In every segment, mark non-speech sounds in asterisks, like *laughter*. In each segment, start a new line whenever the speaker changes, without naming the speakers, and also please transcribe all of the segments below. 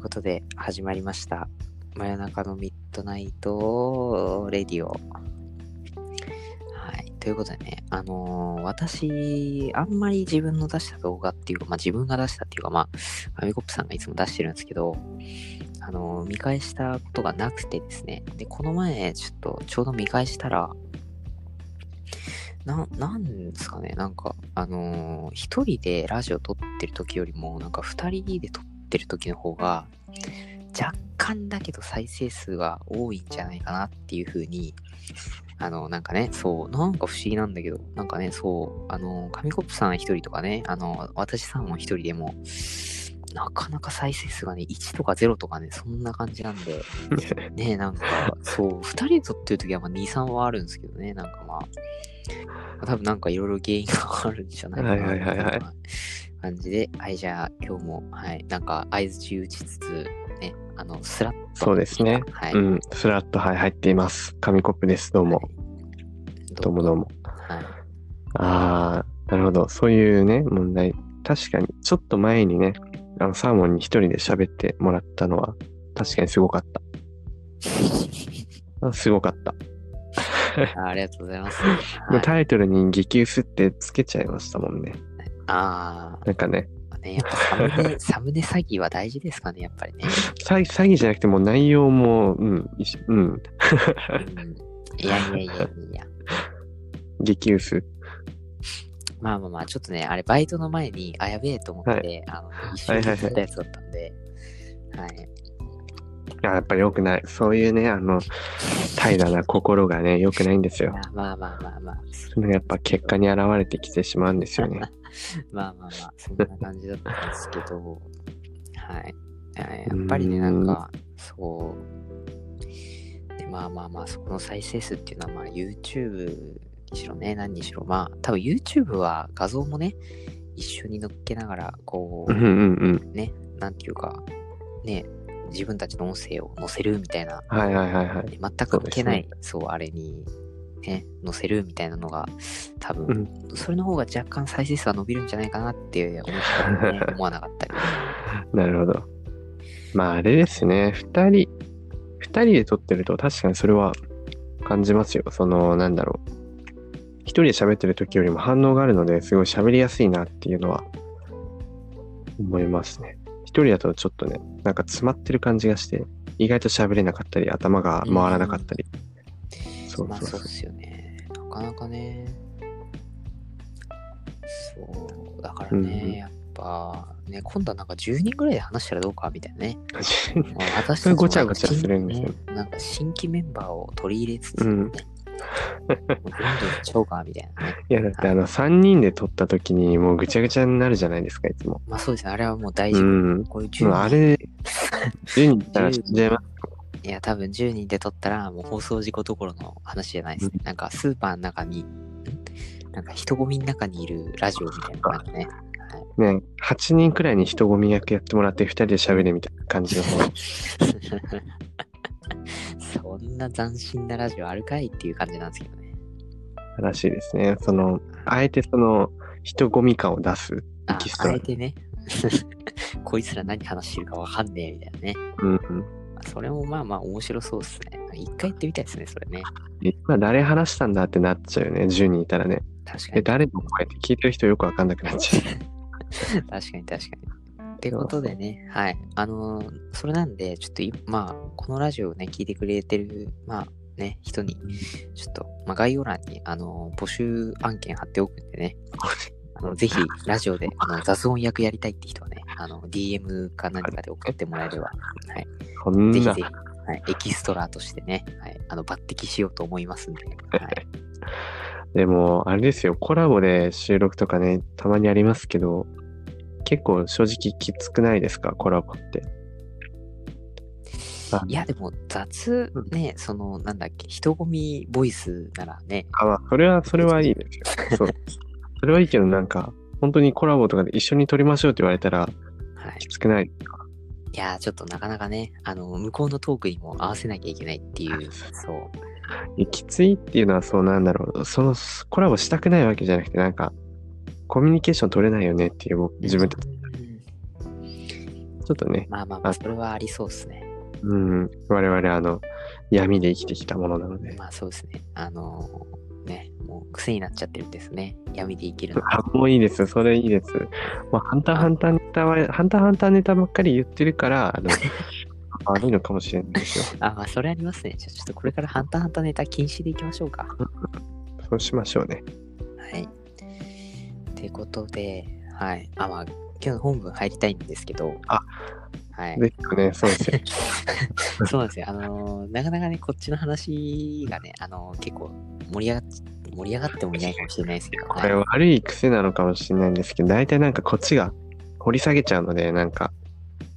ことで始まりました。真夜中のミッドナイトレディオ。はい。ということでね、あのー私、あんまり自分の出した動画っていうか、まあ自分が出したっていうか、まあ、アミコップさんがいつも出してるんですけど、あのー見返したことがなくてですね、で、この前、ちょっと、ちょうど見返したら、な、なんですかね、なんか、あのー一人でラジオ撮ってる時よりも、なんか二人で撮ってる時の方が、若干だけど再生数が多いんじゃないかなっていう風に、あの、なんかね、そう、なんか不思議なんだけど、なんかね、そう、あの、紙コップさん一人とかね、あの、私さんも一人でも、なかなか再生数がね、1とか0とかね、そんな感じなん
*laughs*
で、ね、なんか、そう、二人で撮ってる時はまあ2、3はあるんですけどね、なんかまあ、多分なんかいろいろ原因があるんじゃないかな、
はいはいはいはい
みたな感じで、はい、じゃあ今日も、はい、なんか合図打ちつつ、ね、あの、スラッと。
そうですね
はい。
うん、スラッとはい入っています。紙コップです。どうも
は。い。
どうもどうも。
はい。
ああ、なるほど。そういうね、問題。確かに、ちょっと前にね、あの、サーモンに一人で喋ってもらったのは、確かにすごか
*laughs*
った。あすごかった。
あ *laughs* ありがとうござい
*laughs*
ます。はい、
タイトルに激薄ってつけちゃいましたもんね。
あ
なんかね、
あ、ね、やっぱサム
*laughs*
ネ、サムネ詐欺は大事ですかね、やっぱりね。
詐詐欺じゃなくてもう内容も、うん、一緒うん、
うん、いやいやいやいやいや。
激薄。
まあまあまあ、ちょっとね、あれ、バイトの前に、あ、やべえと思って、
は
あの一緒に撮ったやつだったんで、はい
あやっぱり良くない。そういうね、あの、怠惰な心がね、良くないんですよ
ま。あまあまあまあまあ、
それがやっぱ結果に現れてきてしまうんですよね。
*laughs* まあまあまあ、そんな感じだったんですけど、はい。やっぱりね、なんか、そう。で、まあまあまあ、そこの再生数っていうのは、まあ YouTube にしろね、何にしろ、まあ、多分 YouTube は画像もね、一緒に乗っけながら、こ
*laughs* うんうんうん。
う、ね、なんていうか、ね、自分たちの音声を載せるみたいな、
はいはいはいはい。
ね全く受けない、そう、あれに、ね、載せるみたいなのが、多分、それの方が若干再生数は伸びるんじゃないかなって思ったり、
*laughs*
ね、思わなかったり。
なるほど。まああれですね、二人、二人で撮ってると確かにそれは感じますよ。その、なんだろう。一人で喋ってる時よりも反応があるので、すごい喋りやすいなっていうのは思いますね。一人だとちょっとね、なんか詰まってる感じがして、意外と喋れなかったり、頭が回らなかったり。そう
まあ
そ
そ
うそうう
っ。すよね。なかなかね。そう、だからね、
うんうん
やっぱ、ね、今度はなんか10人ぐらいで話したらどうかみたいなね。まあ私
そ
たちも
れ *laughs* ごちゃごちゃするんですよ
ね。なんか新規メンバーを取り入れつつ、
う
ね、
ん
もうどんどんやっちゃおうかみたいなね。
いや、だってあの、三人で撮った時にもうぐちゃぐちゃになるじゃないですか、いつも。
まあそうですね、あれはもう大
う
事。
ん。
こういう10
もう
人
あれ、10人いたら死んじゃいます。
いや、多分10人で撮ったら、もう放送事故どころの話じゃないですね。なんかスーパーの中に、んなんか人混みの中にいるラジオみたいな感じね。 *laughs*
ね、8人くらいに人混み役やってもらって2人で喋るみたいな感じの方が
そんな斬新なラジオあるかいっていう感じなんですけどね。
らしいですね。その、あえてその、人混み感を出す。
あ
エキスト
あ
ラ
えてね、 *laughs* こいつら何話してるかわかんねえみたいなね。
うんうん。
それもまあまあ面白そうですね。一回やってみたいですね、それね。
今誰話したんだってなっちゃうよね、10人いたらね。
確か
え、
に。
誰の声って聞いてる人よくわかんなくな
*laughs*
っちゃう。
確かに確かに。ってことでね、はい。あのーそれなんで、ちょっとい、まあ、このラジオをね、聞いてくれてる、まあ、ね、人に、ちょっと、まあ、概要欄に、あのー募集案件貼っておくんで
*laughs*
ね、あのぜひ、ラジオであの雑音役やりたいって人はね、あの、DM か何かで送ってもらえれば、はい。
こん
ぜひぜ
な
ひ、はい、エキストラとしてね、はい、あの、抜擢しようと思いますんで、はい。
でも、あれですよ、コラボで収録とかね、たまにありますけど、結構正直きつくないですか、コラボって。あ
いや、でも、雑、ね、その、なんだっけ、人混みボイスならね、
あ、まあ、それは、それはいいですよ。そう。それはいいけど、なんか、本当にコラボとかで一緒に撮りましょうって言われたら、
はい。
きつくない。
いやーちょっとなかなかね、あの、向こうのトークにも合わせなきゃいけないっていう、そう。
いやきついっていうのは、そうなんだろう。その、コラボしたくないわけじゃなくて、なんか、コミュニケーション取れないよねっていう、僕自分たち
うん
ちょっとね、
まあまあまあ、
あ
それはありそうですね。
うん、我々あの、闇で生きてきたものなので、
まあそうですね。あのーね、もう癖になっちゃってるんですね。闇で生きるの。
あ、もういいです。それいいです。まあ、ハンターハンターネタは、ハンターハンターネタばっかり言ってるから、あの、悪いのかもしれないですよ。
あ、まあそれありますね。じゃあちょっとこれからハンターハンターネタ禁止でいきましょうか。
そうしましょうね。
はい。ってことで、はい。あ、まあ、今日の本文入りたいんですけど。
あ、
はい。
ぜひね、そうですよ。 *laughs*
そうなんですよ。あのーなかなかね、こっちの話がね、あのー結構盛り上がっ盛り上がってもいないかもしれないですけど、
*laughs* これ
はい
悪い癖なのかもしれないんですけど、大体なんかこっちが掘り下げちゃうので、なんか、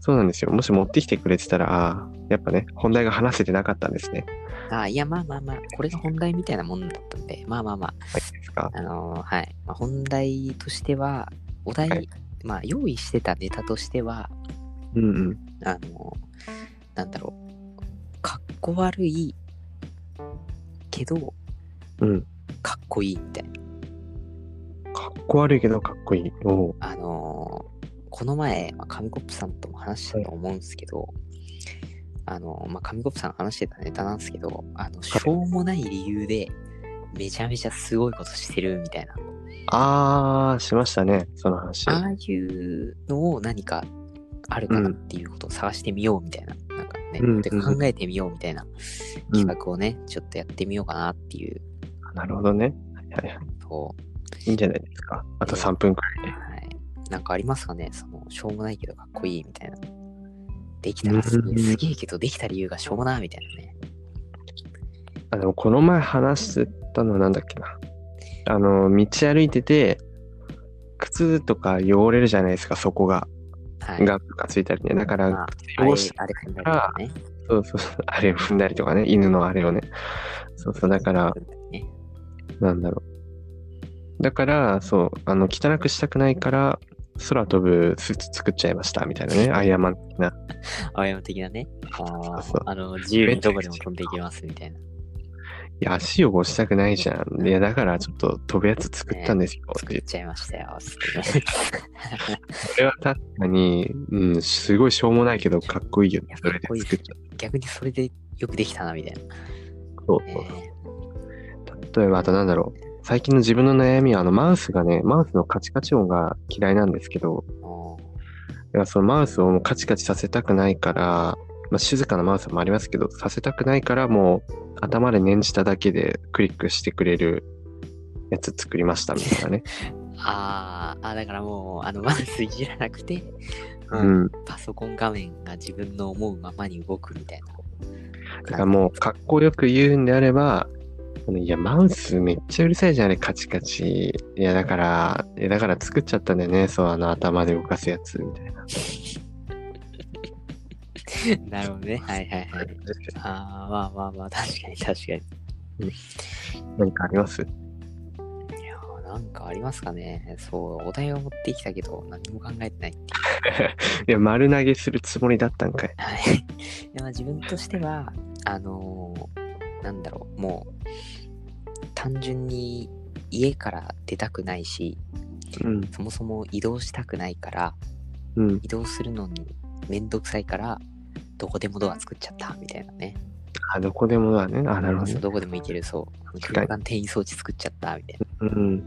そうなんですよ。もし持ってきてくれてたら、ああ、やっぱね、本題が話せてなかったんですね。
あいや、まあまあまあ、これが本題みたいなもんだったんで、まあまあまあ、
はい、いいですか。
あのーはい。まあ、本題としては、お題、
はい
まあ、用意してたネタとしては、
うんうん。
あのーなんだろう、かっこ悪いけど、
うん。
かっこいいみたいな。
かっこ悪いけどかっこいい。おう
あのーこの前、まあ、紙コップさんとも話したと思うんですけど、あのーまあ、紙コップさんが話してたネタなんですけど、あの、しょうもない理由で、めちゃめちゃすごいことしてるみたいな、
あー、しましたね、その話。
ああいうのを何かあるかなっていうことを探してみようみたいな、なんかね、
うん
で
うん
考えてみようみたいな
うん
企画をね、ちょっとやってみようかなっていう
なるほどね。はいはいはい。
と、
いいんじゃないですか。あと3分くらいで。
はい、なんかありますかね、その、しょうもないけどかっこいいみたいな。できたらすげ
うん
え、すげえけどできた理由がしょうもないみたいなね。
あ、でもこの前話してたのはなんだっけな。あの、道歩いてて、靴とか汚れるじゃないですか、そこが。
はい。
ガムがついたりね。だか
ま
ら
あ、、あれ、あ
汚
れ考
し
えるからね。
そうそうそう、あれを踏んだりとかね、犬のあれをね。そうそう、だから、
ね
なんだろう。だから、そう、あの、汚くしたくないから、空飛ぶスーツ作っちゃいました、みたいな
*laughs*
ね。アイアンマン的な。
青山的なね。あー
そう
あの、自由にどこでも飛んでいけますみたいな。
いや、足汚したくないじゃん。いや、だからちょっと飛ぶやつ作ったんですよ。っ
作
て
っちゃいましたよ。
それは確かに、うん、すごいしょうもないけど、かっこいいよね。それで作っちゃっ
*laughs* 逆にそれでよくできたなみたいな。
た。そう
え
そうそう例えば、あとなんだろう。最近の自分の悩みは、あの、マウスがね、マウスのカチカチ音が嫌いなんですけど、
ーも
だからそのマウスをもうカチカチさせたくないから、まあ、静かなマウスもありますけど、させたくないから、もう頭で念じただけでクリックしてくれるやつ作りましたみたいなね。
うあーあ、だからもう、あの、マウスいじらなくて、
*laughs* う
うん
ん。
パソコン画面が自分の思うままに動くみたいな。
だからもう、かっこよく言うんであれば、あのいや、マウスめっちゃうるさいじゃん、あれ、カチカチ。いや、だから、いや、だから作っちゃったんだよね、そう、あの、頭で動かすやつ、みたいな。
なるほど
*laughs*
ね。はいはいはい。ああ、まあまあまあ、確かに確かに。
何かあります
いやーなんかありますかね。そう、お題を持ってきたけど、何も考えてないっていう。
いや、丸投げするつもりだったんかい。
はい。 *laughs* いやまあ自分としては、あのーなんだろう、もう、単純に家から出たくないし、
うん、
そもそも移動したくないから、
うん。
移動するのにめんどくさいから、どこでもドア作っちゃったみたいなね。
あ、どこでもだね。あ、なるほど
そう
ね。
どこでも行ける、そう。あの
確か
空
に
間転移装置作っちゃったみたいな。
うん。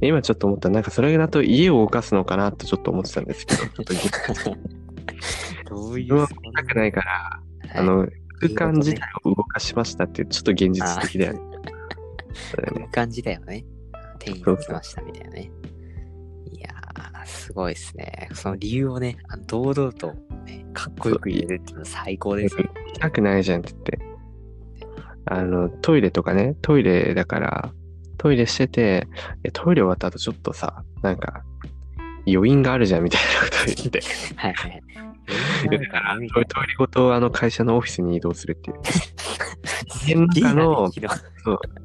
今ちょっと思った、なんかそれだと家を動かすのかなとちょっと思ってたんで
*laughs*
すけど、ちょっと自
どうい
分は
そん
したくないから、あ
はい
の、空間自体を動かしましたっていう、ちょっと現実的だよね。そうだよね。
空間自体をね、転移しましたみたいなね。いやー、すごいですね。その理由をね、あの堂々と、ね、かっこよく言えるっていうのは最高ですね。
行きたくないじゃんって言って。あの、トイレとかね、トイレだから、トイレしてて、いやトイレ終わった後ちょっとさ、なんか、余韻があるじゃんみたいなこと言って。
はいはい。
いやだから、トイレトイレごとあの会社のオフィスに移動するっていう。家の中の
すげえな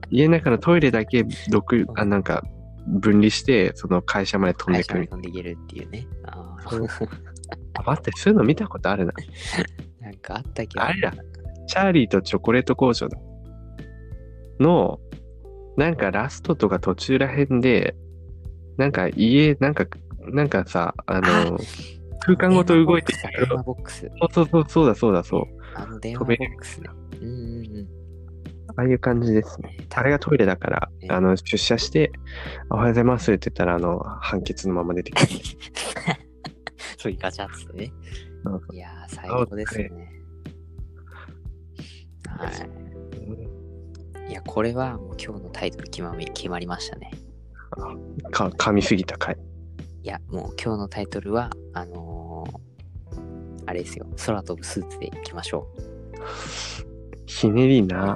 家の中のトイレだけ独、あなんか、分離して、その会社まで飛ん
会
でく
社に
る。
飛んでいけるっていうね。あー
あ待って、そういうの見たことあるな。
なんかあったけど。
あれだチャーリーとチョコレート工場だ。の、なんかラストとか途中らへんで、なんか家、なんか、なんかさ、あの、空間ごと動いてい
た
く
電話ボックス。
そうそうそう、そうだそうだそう。
あの電話ボックスね。うんうんうん。
ああいう感じですね。あれがトイレだから、
ね
あの、出社して、おはようございますって言ったら、あの、判決のまま出てくる。
*laughs* そういうガチャっつってね
うん。
いやー、最高ですね。はい。いや、これはもう今日のタイトル決まり決まりましたね。
か、噛みすぎた回。
いや、もう今日のタイトルは、あのーあれですよ。空飛ぶスーツでいきましょう。
ひねりな。